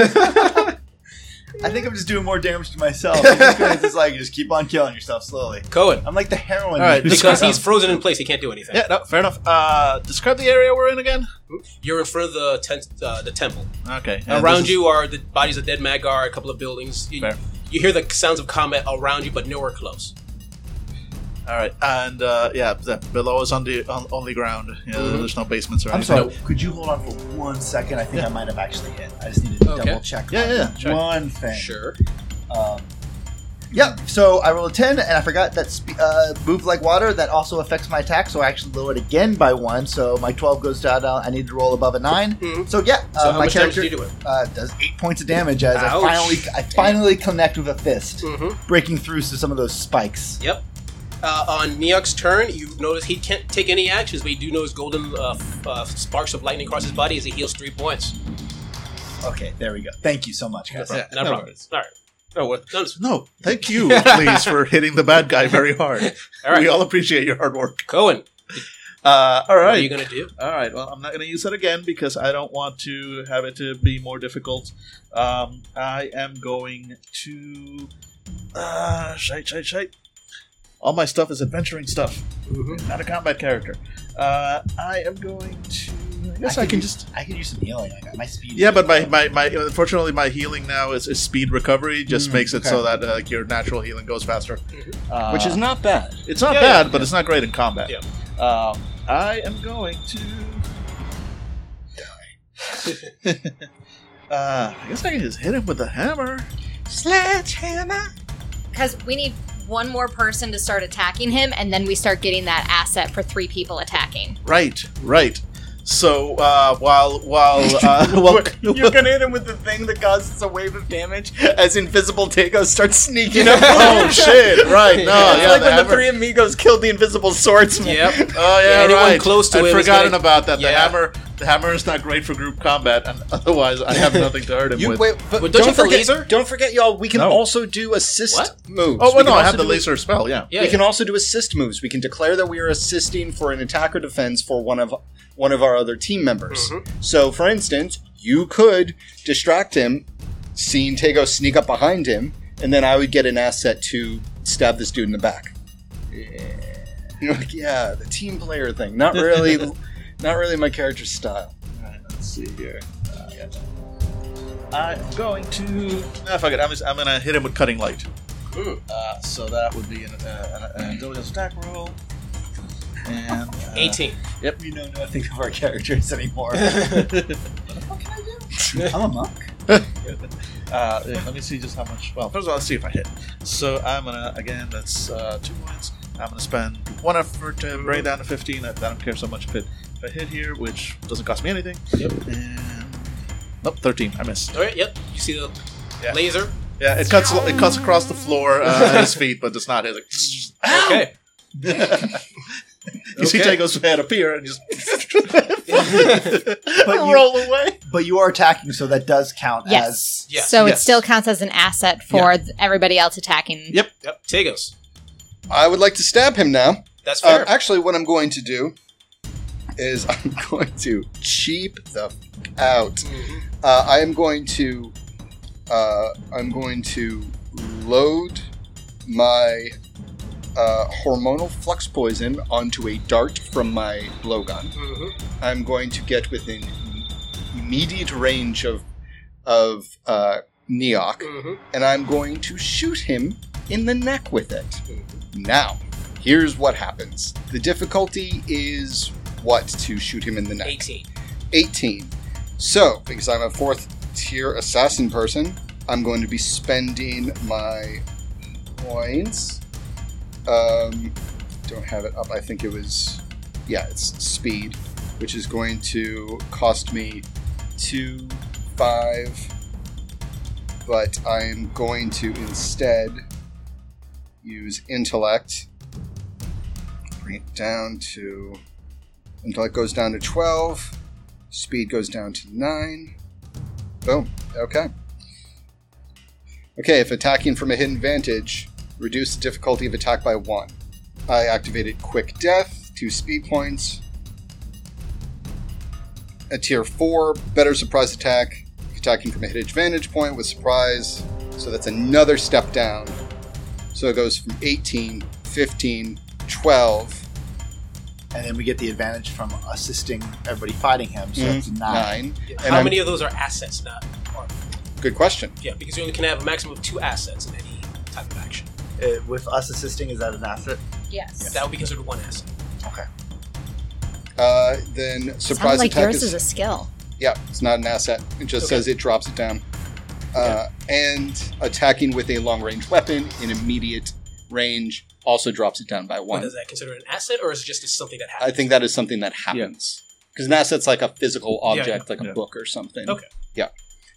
Speaker 4: I think I'm just doing more damage to myself. It's just like, just keep on killing yourself slowly.
Speaker 1: Cohen,
Speaker 4: I'm like the heroin.
Speaker 6: All right,
Speaker 4: user.
Speaker 1: because he's frozen in place, he can't do anything.
Speaker 6: Yeah, no, fair enough. Uh, describe the area we're in again.
Speaker 1: You're in front of the tent, uh, the temple.
Speaker 6: Okay.
Speaker 1: around you are the bodies of dead Magar, a couple of buildings. You,
Speaker 6: Fair.
Speaker 1: you hear the sounds of combat around you, but nowhere close.
Speaker 6: All right, and uh, yeah, the, below is on the on, only ground. Yeah,
Speaker 1: Mhm.
Speaker 6: There's no basements or
Speaker 4: I'm
Speaker 6: anything.
Speaker 4: sorry. Could you hold on for one second? I think I might have actually hit. I just need to
Speaker 1: Okay.
Speaker 4: double check.
Speaker 6: Yeah,
Speaker 4: on
Speaker 6: yeah, yeah, sure.
Speaker 4: One thing.
Speaker 1: Sure.
Speaker 3: Uh,
Speaker 4: Um, yep. So I rolled a ten, and I forgot that spe- uh, move like water. That also affects my attack, so I actually lower it again by one. So my twelve goes down. down I need to roll above a 9
Speaker 1: Mhm.
Speaker 4: So yeah,
Speaker 1: So
Speaker 4: uh,
Speaker 1: how
Speaker 4: my
Speaker 1: much damage
Speaker 4: character
Speaker 1: do you do it?
Speaker 4: uh, does eight points of damage as
Speaker 1: Ouch.
Speaker 4: I finally I finally connect with a fist,
Speaker 1: Mm-hmm.
Speaker 4: breaking through to some of those spikes.
Speaker 1: Yep. Uh, on Neok's turn, you notice he can't take any actions, but you do notice golden uh, f- uh, sparks of lightning across his body as he heals three points.
Speaker 4: Okay, there we go. Thank you so much, guys.
Speaker 1: Yeah, no, problem. All right. No, Oh, what? No, it's-
Speaker 6: No, thank you, please, for hitting the bad guy very hard.
Speaker 1: all right.
Speaker 6: We all appreciate your hard work.
Speaker 1: Cohen,
Speaker 6: Uh, all
Speaker 1: what are
Speaker 6: right.
Speaker 1: you gonna do?
Speaker 6: all right. Well, I'm not going to use that again because I don't want to have it to be more difficult. Um, I am going to. Uh, shite, shite, shite. All my stuff is adventuring stuff, not a combat character. Uh, I am going to. I guess
Speaker 4: I
Speaker 6: I,
Speaker 4: could
Speaker 6: can
Speaker 4: use-
Speaker 6: just.
Speaker 4: I could use some healing. I got my speed.
Speaker 6: Yeah, but my, my, my unfortunately my healing now is, is speed recovery. Just
Speaker 4: Mm,
Speaker 6: makes it
Speaker 4: okay.
Speaker 6: so that uh, your natural healing goes faster, uh,
Speaker 7: Which is not bad.
Speaker 6: it's not
Speaker 1: Mm-hmm. Yeah,
Speaker 6: bad, but it's not great in combat.
Speaker 1: Yeah.
Speaker 6: Um, I am going to die. uh, I guess I can just hit him with a hammer.
Speaker 5: Because we need one more person to start attacking him, and then we start getting that asset for three people attacking.
Speaker 6: Right, right. So uh, while while uh, while
Speaker 8: You're gonna hit him with the thing that causes a wave of damage as Invisible Dago starts sneaking up.
Speaker 6: oh shit! Right? No,
Speaker 8: it's
Speaker 6: yeah,
Speaker 8: like
Speaker 6: the
Speaker 8: when the
Speaker 6: Haver-
Speaker 8: three amigos killed the Invisible Swordsman.
Speaker 1: Yep.
Speaker 6: Oh yeah,
Speaker 1: Yeah, anyone
Speaker 6: right.
Speaker 1: close to
Speaker 6: I'd
Speaker 1: it is
Speaker 6: forgotten
Speaker 1: gonna-
Speaker 6: about that. The
Speaker 1: Yeah.
Speaker 6: hammer, the hammer is not great for group combat, and otherwise I have nothing to hurt him
Speaker 3: You
Speaker 6: with.
Speaker 3: wait, but
Speaker 1: Wait, don't
Speaker 3: don't,
Speaker 1: you have the
Speaker 3: forget,
Speaker 1: laser?
Speaker 3: don't forget, y'all. We can
Speaker 6: No.
Speaker 3: also do assist
Speaker 1: What?
Speaker 3: moves.
Speaker 6: oh
Speaker 3: We
Speaker 6: well, no,
Speaker 3: can
Speaker 6: I
Speaker 3: also
Speaker 6: have the
Speaker 3: do-
Speaker 6: laser spell. Yeah.
Speaker 1: Yeah,
Speaker 3: we
Speaker 1: yeah.
Speaker 3: can also do assist moves. We can declare that we are assisting for an attack or defense for one of one of our other team members.
Speaker 1: Mm-hmm.
Speaker 3: So, for instance, you could distract him, seeing Tego sneak up behind him, and then I would get an asset to stab this dude in the back. Yeah, You're like, yeah, the team player thing. Not really, not really my character style. Alright, let's see here. Uh,
Speaker 6: I'm going to. Nah, fuck it. I'm, just, I'm gonna hit him with cutting light. Uh, so that would be an, uh, an, an intelligence attack roll. And uh,
Speaker 1: 18.
Speaker 4: Yep. You know nothing of our characters anymore. I'm a monk.
Speaker 6: Uh, yeah, let me see just how much. Well, first of all, let's see if I hit. So I'm gonna again. That's uh, two points. I'm gonna spend one effort to bring it down to 15. I, I don't care so much if it if I hit here, which doesn't cost me anything. Yep. And nope, 13. I missed.
Speaker 1: All right, yep. You see the
Speaker 6: Yeah.
Speaker 1: laser?
Speaker 6: Yeah, it cuts it cuts across the floor uh, at his feet, but it's not his. Like,
Speaker 1: Okay.
Speaker 6: you see
Speaker 1: Okay.
Speaker 6: Tago's head appear and just
Speaker 4: But you-
Speaker 6: roll away.
Speaker 4: But you are attacking, so that does count as
Speaker 5: Yes.
Speaker 1: Yes.
Speaker 5: So it
Speaker 6: Yes.
Speaker 5: still counts as an asset for th- everybody else attacking.
Speaker 6: Yep.
Speaker 1: Yep. Tagos.
Speaker 3: I would like to stab him now.
Speaker 1: That's
Speaker 3: Uh,
Speaker 1: fair.
Speaker 3: actually, what I'm going to do is I'm going to cheap the f- out.
Speaker 1: Mhm.
Speaker 3: Uh, I am going to uh, I'm going to load my uh, hormonal flux poison onto a dart from my blowgun.
Speaker 1: Mhm.
Speaker 3: I'm going to get within immediate range of of uh, Neok,
Speaker 1: Mhm.
Speaker 3: and I'm going to shoot him in the neck with it. Now, here's what happens. The difficulty is what to shoot him in the neck?
Speaker 1: 18.
Speaker 3: 18. So, because I'm a fourth tier assassin person, I'm going to be spending my points. Um, don't have it up. I think it was, yeah, it's speed, which is going to cost me two, five, but I am going to instead use intellect. Bring it down to. Intellect goes down to 12. Speed goes down to 9. Boom. Okay. Okay, if attacking from a hidden vantage, reduce the difficulty of attack by 1. I activated Quick Death, 2 speed points. A tier 4, better surprise attack, attacking from a hidden vantage point with surprise. So that's another step down. So it goes from 18, 15, 12,
Speaker 4: and then we get the advantage from assisting everybody fighting him. So
Speaker 6: Mm-hmm.
Speaker 3: Mhm.
Speaker 4: it's nine.
Speaker 3: 9. And
Speaker 1: How
Speaker 3: I'm-
Speaker 1: many of those are assets, not art?
Speaker 3: Good question.
Speaker 1: Yeah, because you only can have a maximum of two assets in any type of action.
Speaker 4: Uh, with us assisting, is that an asset?
Speaker 5: Yes.
Speaker 1: That would be considered one asset.
Speaker 3: Uh, then surprise
Speaker 5: Sounds like
Speaker 3: attack
Speaker 5: yours
Speaker 3: is,
Speaker 5: is a skill.
Speaker 3: yeah, it's not an asset. It just
Speaker 1: Okay.
Speaker 3: says it drops it down. Uh, And attacking with a long range weapon in immediate range also drops it down by
Speaker 1: What
Speaker 3: one.
Speaker 1: is that considered an asset, or is it just something that
Speaker 3: I
Speaker 1: happens?
Speaker 3: think that is something that happens because an asset's like a physical
Speaker 1: yeah,
Speaker 3: object, like a
Speaker 6: yeah.
Speaker 3: book or something.
Speaker 1: Okay.
Speaker 3: Yeah.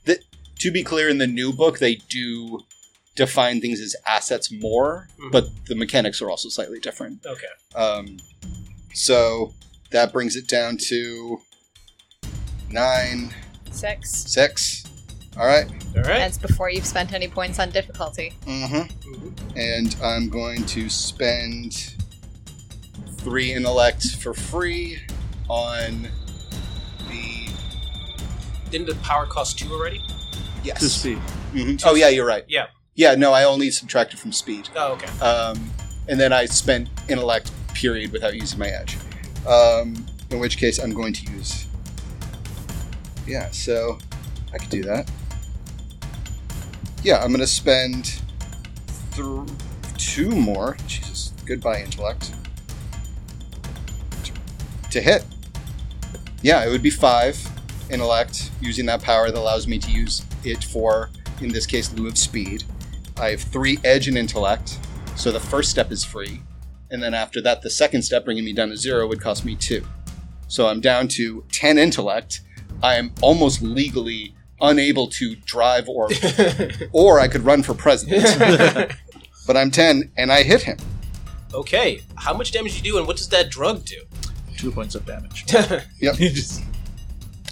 Speaker 3: The, to be clear, in the new book, they do define things as assets more,
Speaker 1: Mhm.
Speaker 3: but the mechanics are also slightly different.
Speaker 1: Okay.
Speaker 3: Um, so that brings it down to nine,
Speaker 5: Six.
Speaker 3: six. All right.
Speaker 1: All right.
Speaker 5: That's before you've spent any points on difficulty.
Speaker 3: Mm-hmm.
Speaker 1: Mhm.
Speaker 3: And I'm going to spend three intellect for free on the
Speaker 1: Didn't the power cost two already?
Speaker 3: yes.
Speaker 6: To speed.
Speaker 3: Mhm. Oh yeah, you're right.
Speaker 1: Yeah.
Speaker 3: Yeah. No, I only subtracted from speed.
Speaker 1: Oh, okay.
Speaker 3: Um, and then I spent intellect period without using my edge. Um, in which case, I'm going to use. Yeah. So I could do that. Yeah, I'm going to spend th- two more. Jesus. Goodbye, intellect. To hit. Yeah, it would be five intellect using that power that allows me to use it for, in this case, lieu of speed. I have three edge and intellect, so the first step is free. And then after that, the second step, bringing me down to zero, would cost me two. So I'm down to 10 intellect. I am almost legally unable to drive or or I could run for president. but I'm 10 and I hit him.
Speaker 1: Okay, how much damage do you do, and what does that drug do?
Speaker 6: Two points of damage.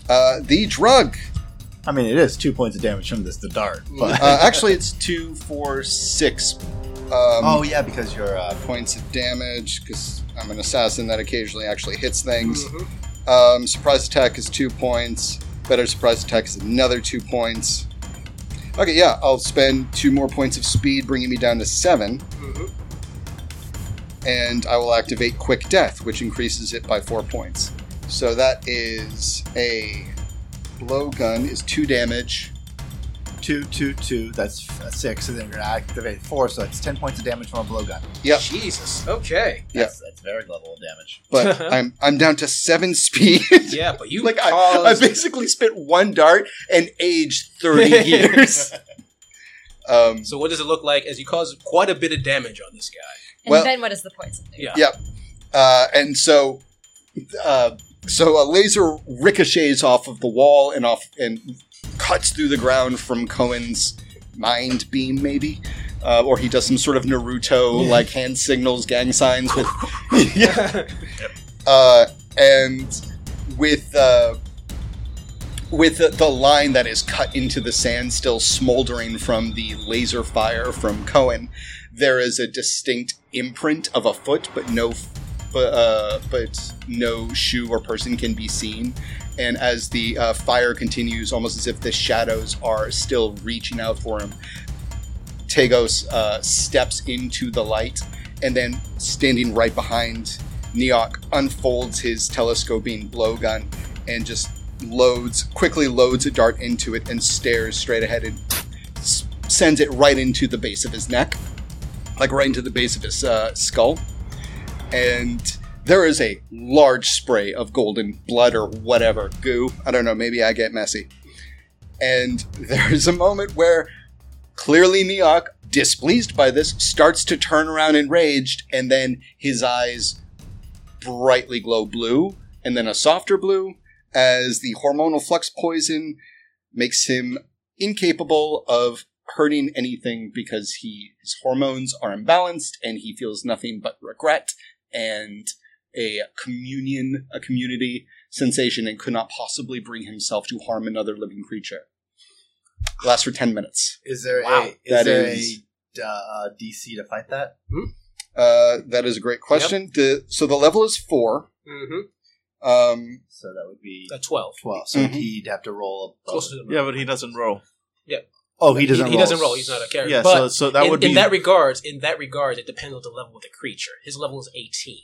Speaker 3: Uh, the drug.
Speaker 4: I mean, it is two points of damage from this, the dart. But
Speaker 6: Mm-hmm.
Speaker 3: Uh,
Speaker 6: Um,
Speaker 3: actually, it's two, four, six um,
Speaker 4: oh yeah, because you're uh,
Speaker 3: points of damage because I'm an assassin that occasionally actually hits things. Um, surprise attack is two points. Better surprise attack is another two points. Okay, yeah, I'll spend two more points of speed, bringing me down to 7 And I will activate Quick Death, which increases it by four points. So that is a blowgun is two damage.
Speaker 4: two, two, two. That's f- six, and then you're gonna activate four, so that's ten points of damage from a blowgun.
Speaker 3: Yep.
Speaker 1: Jesus. Okay.
Speaker 4: That's, that's very level of damage.
Speaker 3: But I'm I'm down to seven speed.
Speaker 1: Yeah, but you
Speaker 3: like I, I
Speaker 1: caused.
Speaker 3: basically spit one dart and aged 30 years um
Speaker 1: so what does it look like as you cause quite a bit of damage on this guy?
Speaker 5: And
Speaker 3: Well-
Speaker 5: then what does the poison do?
Speaker 1: Yeah.
Speaker 3: uh, and so uh, so a laser ricochets off of the wall and off and cuts through the ground from cohen's mind beam maybe uh, or he does some sort of naruto like hand signals gang signs with Yeah. uh, and with uh, with the, the line that is cut into the sand still smoldering from the laser fire from Cohen, there is a distinct imprint of a foot, but no, but, uh, but no shoe or person can be seen. And as the uh, fire continues, almost as if the shadows are still reaching out for him, Tagos uh, steps into the light, and then standing right behind Neok, unfolds his telescoping blowgun and just loads quickly loads a dart into it and stares straight ahead and s- sends it right into the base of his neck, like right into the base of his uh, skull, and. There is a large spray of golden blood or whatever goo. I don't know, maybe I get messy. And there is a moment where Clearly, Neok, displeased by this, starts to turn around enraged, and then his eyes brightly glow blue, and then a softer blue, as the hormonal flux poison makes him incapable of hurting anything because he his hormones are imbalanced and he feels nothing but regret and a communion a community sensation and could not possibly bring himself to harm another living creature lasts for 10 minutes
Speaker 4: Is there
Speaker 1: Wow,
Speaker 4: a is
Speaker 3: that
Speaker 4: there
Speaker 3: is-
Speaker 4: a uh, DC to fight that?
Speaker 3: Uh, that is a great question. The, so the level is four.
Speaker 1: Mm-hmm.
Speaker 3: Um,
Speaker 4: So that would be
Speaker 1: A twelve.
Speaker 4: twelve. So
Speaker 3: Mhm.
Speaker 6: Mm-hmm.
Speaker 4: he'd have to roll a
Speaker 1: Close to the
Speaker 6: yeah, but he doesn't roll.
Speaker 4: Oh, he doesn't.
Speaker 1: He,
Speaker 4: roll.
Speaker 1: doesn't roll. He's not a character.
Speaker 6: Yeah,
Speaker 1: but
Speaker 6: so so that
Speaker 1: in,
Speaker 6: would be
Speaker 1: in that regards, in that regards, it depends on the level of the creature. His level is eighteen.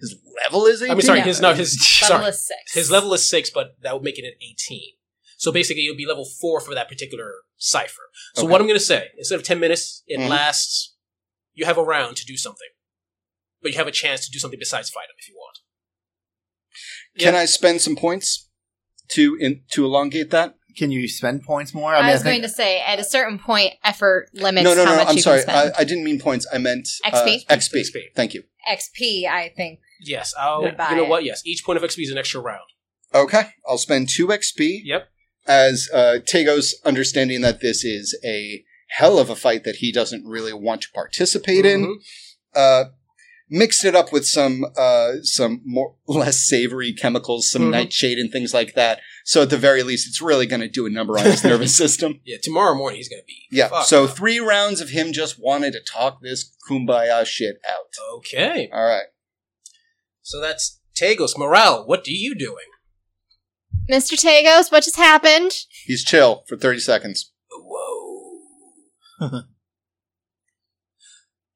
Speaker 3: his level is eight.
Speaker 1: I mean, sorry,
Speaker 5: Yeah.
Speaker 1: his no, his
Speaker 5: Level
Speaker 1: sorry,
Speaker 5: is six.
Speaker 1: his level is six, but that would make it an eighteen. So basically, it'll be level four for that particular cipher. So
Speaker 3: Okay.
Speaker 1: what I'm going to say, instead of ten minutes, it
Speaker 3: Mhm.
Speaker 1: lasts. You have a round to do something, but you have a chance to do something besides fight him if you want.
Speaker 3: Can I spend some points to in, to elongate that?
Speaker 4: Can you spend points more?
Speaker 5: I,
Speaker 4: mean,
Speaker 5: was going
Speaker 4: think-
Speaker 5: to say, at a certain point, effort limits
Speaker 3: no, no,
Speaker 5: how
Speaker 3: no.
Speaker 5: much
Speaker 3: I'm
Speaker 5: you
Speaker 3: sorry.
Speaker 5: can spend.
Speaker 3: I, I didn't mean points. I meant uh,
Speaker 5: XP?
Speaker 3: XP.
Speaker 1: XP.
Speaker 3: Thank you.
Speaker 5: XP, I think.
Speaker 1: Yes, I'll.
Speaker 5: Goodbye.
Speaker 1: You know what? Yes, each point of XP is an extra round.
Speaker 3: Okay, I'll spend two XP.
Speaker 1: Yep.
Speaker 3: As uh, Tagos understanding that this is a hell of a fight that he doesn't really want to participate in.
Speaker 1: Mhm.
Speaker 3: uh, mixed it up with some uh, some more less savory chemicals, some
Speaker 1: Mhm.
Speaker 3: nightshade and things like that. So at the very least, it's really going to do a number on his nervous system.
Speaker 1: Yeah, tomorrow morning he's going to be.
Speaker 3: Yeah.
Speaker 1: fucked
Speaker 3: So
Speaker 1: up.
Speaker 3: three rounds of him just wanted to talk this kumbaya shit out.
Speaker 1: okay.
Speaker 3: All right.
Speaker 1: So that's Tagos. Morale, what do you doing?
Speaker 5: Mr. Tagos, what just happened?
Speaker 3: He's chill for thirty seconds.
Speaker 1: Whoa.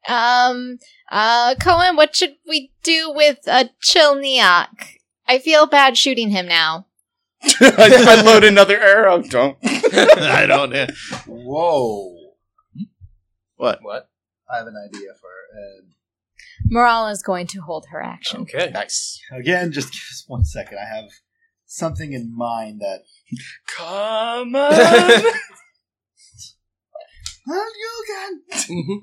Speaker 5: Um, uh, Cohen, what should we do with uh, Chilniak? I feel bad shooting him now.
Speaker 3: I, I load another arrow. Don't.
Speaker 6: I don't. Yeah.
Speaker 4: Whoa!
Speaker 6: What?
Speaker 1: What?
Speaker 4: I have an idea for
Speaker 5: Morale is going to hold her action.
Speaker 1: Okay.
Speaker 3: Nice.
Speaker 4: uh, again. Just give us one second. I have something in mind that
Speaker 1: Um.
Speaker 8: Come on.
Speaker 3: Huh, you again?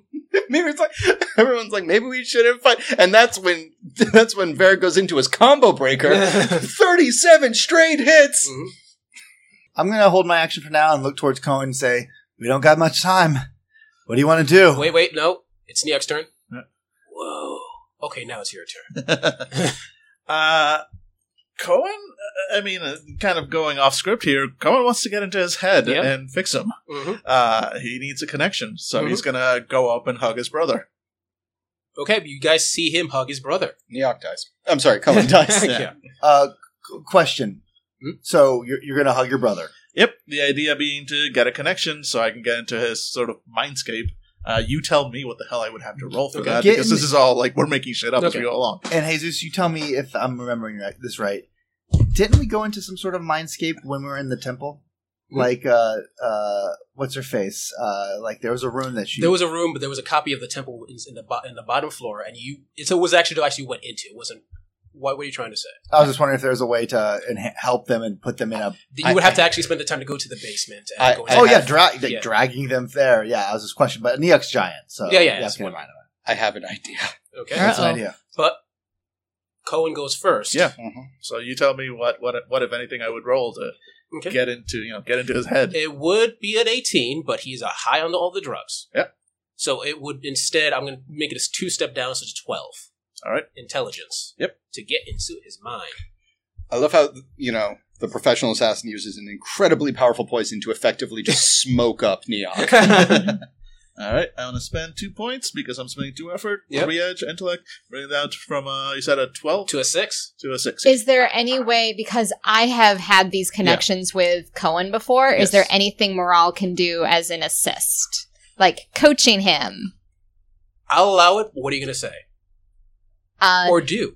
Speaker 1: Mhm.
Speaker 3: maybe it's like everyone's like, maybe we shouldn't fight. And that's when that's when Varric goes into his combo breaker. Thirty-seven straight hits.
Speaker 4: I'm gonna hold my action for now and look towards Cohen and say, "We don't got much time. What do you want to do?"
Speaker 1: wait, wait, no. It's Neok's turn.
Speaker 6: Yeah.
Speaker 1: Whoa. Okay, now it's your turn.
Speaker 6: Uh, Cohen, uh, I mean, uh, kind of going off script here. Cohen wants to get into his head
Speaker 1: Yeah.
Speaker 6: and fix him.
Speaker 1: Mhm.
Speaker 3: Mm-hmm.
Speaker 6: Uh, he needs a connection, so
Speaker 1: Mm-hmm.
Speaker 6: he's gonna go up and hug his brother.
Speaker 1: Okay, but you guys see him hug his brother.
Speaker 3: Neok dies. I'm sorry, Cohen dies.
Speaker 1: Yeah.
Speaker 4: Uh, qu- question.
Speaker 1: Hmm?
Speaker 4: So you're, you're gonna hug your brother?
Speaker 6: Yep. The idea being to get a connection so I can get into his sort of mindscape. Uh, you tell me what the hell I would have to roll for
Speaker 1: Okay.
Speaker 6: that
Speaker 4: Get
Speaker 6: because
Speaker 4: in-
Speaker 6: this is all like we're making shit up as we
Speaker 1: Okay.
Speaker 6: go along.
Speaker 4: And Jesus, you tell me if I'm remembering right- this right. Didn't we go into some sort of mindscape when we were in the temple? Like, uh, uh, what's her face? Uh, like there was a room that she
Speaker 1: There was a room, but there was a copy of the temple in, in the bo- in the bottom floor, and you it so it was actually the device you went into. It wasn't. What were you trying to say?
Speaker 4: I was just wondering if there was a way to enha- help them and put them in a.
Speaker 1: You would have to actually spend the time to go to the basement. And
Speaker 3: I-
Speaker 1: go
Speaker 3: I
Speaker 1: into
Speaker 4: oh
Speaker 3: have-
Speaker 4: yeah, dra- like,
Speaker 1: yeah.
Speaker 4: dragging them there. Yeah, I was just questioning, but Neok's giant. So
Speaker 1: Yeah, yeah, that's
Speaker 4: okay,
Speaker 1: one.
Speaker 4: fine.
Speaker 3: I have an idea.
Speaker 1: Okay,
Speaker 4: That's an
Speaker 5: Uh-oh.
Speaker 4: idea.
Speaker 1: but Cohen goes first.
Speaker 6: Yeah. So you tell me what what what if anything I would roll to
Speaker 1: Okay.
Speaker 6: get into you know get into his head.
Speaker 1: It would be an 18, but he's a high on all the drugs.
Speaker 6: Yeah.
Speaker 1: So it would instead, I'm going to make it a two step down, so it's a 12.
Speaker 6: All right.
Speaker 1: Intelligence.
Speaker 6: Yep.
Speaker 1: To get into his mind.
Speaker 3: I love how you know the professional assassin uses an incredibly powerful poison to effectively just smoke up Neok.
Speaker 6: All right, I want to spend two points because I'm spending two effort,
Speaker 1: Yep.
Speaker 6: three edge, intellect. Bring that from uh, you said a twelve to,
Speaker 1: To a 6?
Speaker 6: a six.
Speaker 5: Is there any way because I have had these connections with Cohen before?
Speaker 6: Yes.
Speaker 5: Is there anything Morale can do as an assist, like coaching him?
Speaker 1: I'll allow it. What are you going to say?
Speaker 5: Uh,
Speaker 1: or do?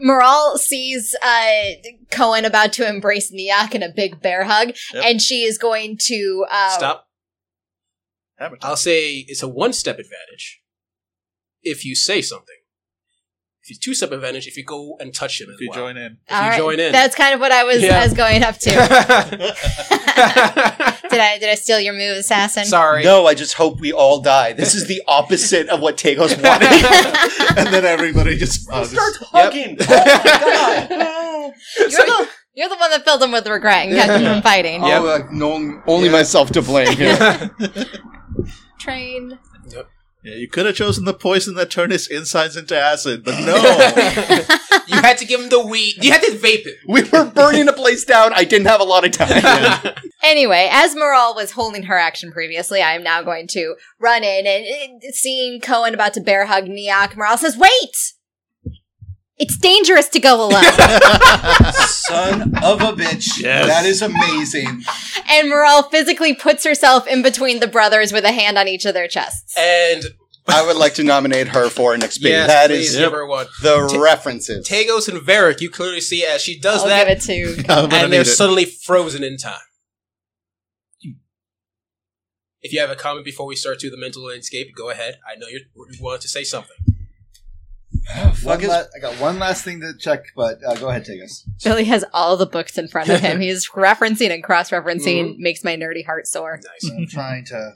Speaker 5: Morale sees uh, Cohen about to embrace Niak in a big bear hug,
Speaker 6: Yep.
Speaker 5: and she is going to uh,
Speaker 1: Stop.
Speaker 6: Hammer time.
Speaker 1: I'll say it's a one step advantage if you say something. If it's two step advantage, if you go and touch him as
Speaker 6: if you
Speaker 1: well.
Speaker 6: join in.
Speaker 1: if you join in.
Speaker 5: That's kind of what I was
Speaker 1: Yeah.
Speaker 5: I was going up to. did I did I steal your move, assassin?
Speaker 1: Sorry.
Speaker 3: No, I just hope we all die. This is the opposite of what Tagos wanted.
Speaker 6: and then everybody just, uh, just
Speaker 3: Hugging.
Speaker 5: You're, the, you're the one that filled him with regret and kept him from fighting.
Speaker 3: Oh, like, no, only myself to blame here.
Speaker 5: Train.
Speaker 6: yeah, you could have chosen the poison that turned his insides into acid, but no.
Speaker 1: Oh. you had to give him the weed. You had to vape it.
Speaker 3: we were burning a place down. I didn't have a lot of time.
Speaker 5: Anyway, as Morale was holding her action previously, I am now going to run in and uh, seeing Cohen about to bear hug Neok. Morale says, "Wait, it's dangerous to go alone."
Speaker 3: Son of a bitch.
Speaker 6: Yes.
Speaker 3: That is amazing.
Speaker 5: and Morale physically puts herself in between the brothers with a hand on each of their chests.
Speaker 1: And
Speaker 3: I would like to nominate her for an
Speaker 1: yes,
Speaker 3: experience. that
Speaker 1: please
Speaker 3: is
Speaker 1: give her one.
Speaker 3: the
Speaker 1: Ta-
Speaker 3: references.
Speaker 1: Tagos and Varric, you clearly see as she does
Speaker 5: I'll
Speaker 1: that,
Speaker 5: give it to.
Speaker 6: I'm gonna
Speaker 1: and they're
Speaker 6: need it.
Speaker 1: suddenly frozen in time. If you have a comment before we start to the mental landscape, go ahead. I know you're, you wanted to say something.
Speaker 4: One
Speaker 3: is-
Speaker 4: la- I got one last thing to check, but uh, go ahead, take us.
Speaker 5: Billy has all the books in front of him. He's referencing and cross-referencing.
Speaker 1: Mm-hmm.
Speaker 5: Makes my nerdy heart sore.
Speaker 1: Nice.
Speaker 4: I'm trying to.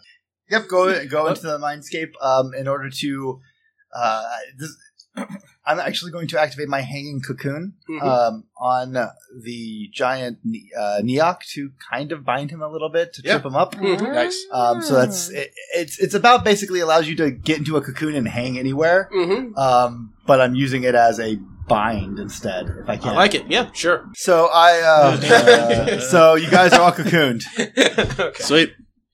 Speaker 4: Yep, go go into the mindscape um, in order to. Uh, this, I'm actually going to activate my hanging cocoon
Speaker 1: Mhm.
Speaker 4: um, on the giant Ne- uh, Neok to kind of bind him a little bit to
Speaker 6: Yeah.
Speaker 4: trip him up.
Speaker 1: Mhm.
Speaker 3: Nice.
Speaker 4: Um, so that's it, it's it's about basically allows you to get into a cocoon and hang anywhere.
Speaker 1: Mm-hmm.
Speaker 4: Um, but I'm using it as a bind instead if I
Speaker 1: I
Speaker 4: can.
Speaker 1: like it. Yeah, sure.
Speaker 4: so I uh, uh, so you guys are all cocooned.
Speaker 1: okay.
Speaker 6: Sweet.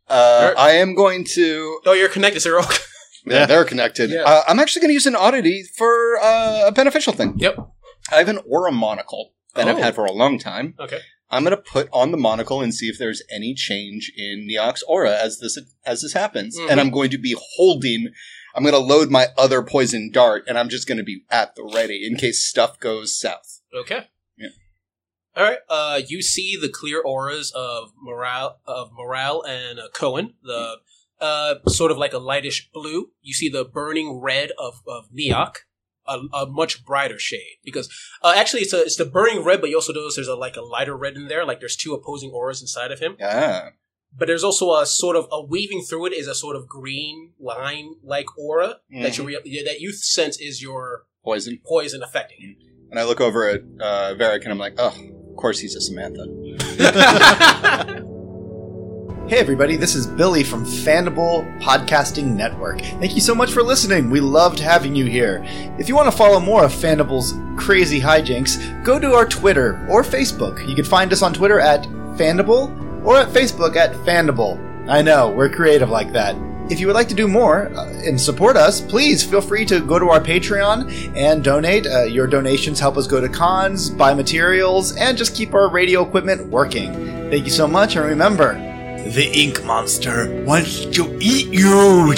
Speaker 3: Uh, I am going to.
Speaker 1: Oh, you're connected, so you're okay.
Speaker 3: Yeah, they're connected.
Speaker 1: Yeah.
Speaker 3: Uh, I'm actually going to use an oddity for uh, a beneficial thing.
Speaker 1: Yep.
Speaker 3: I have an aura monocle that I've
Speaker 1: Oh.
Speaker 3: had for a long time.
Speaker 1: Okay.
Speaker 3: I'm going to put on the monocle and see if there's any change in Neok's aura as this as this happens.
Speaker 1: Mhm.
Speaker 3: And I'm going to be holding. I'm going to load my other poison dart, and I'm just going to be at the ready in case stuff goes south.
Speaker 1: Okay.
Speaker 3: Yeah.
Speaker 1: All right. Uh, you see the clear auras of morale of morale and uh, Cohen. The uh, sort of like a lightish blue. You see the burning red of of Neok, a, a much brighter shade because uh, actually it's a, it's the burning red, but you also notice there's a like a lighter red in there. Like there's two opposing auras inside of him.
Speaker 3: Ah,
Speaker 1: but there's also a sort of a weaving through it is a sort of green lime like aura that you re- that you sense is your
Speaker 3: Poison.
Speaker 1: poison affecting you.
Speaker 3: And I look over at uh, Varric and I'm like, oh, of course he's a Samantha.
Speaker 4: Hey, everybody, this is Billy from Fandible Podcasting Network. Thank you so much for listening. We loved having you here. If you want to follow more of Fandible's crazy hijinks, go to our Twitter or Facebook. You can find us on Twitter at Fandible or at Facebook at Fandible. I know, we're creative like that. If you would like to do more uh, and support us, please feel free to go to our Patreon and donate. Uh, your donations help us go to cons, buy materials, and just keep our radio equipment working. Thank you so much, and remember, the ink monster wants to eat you.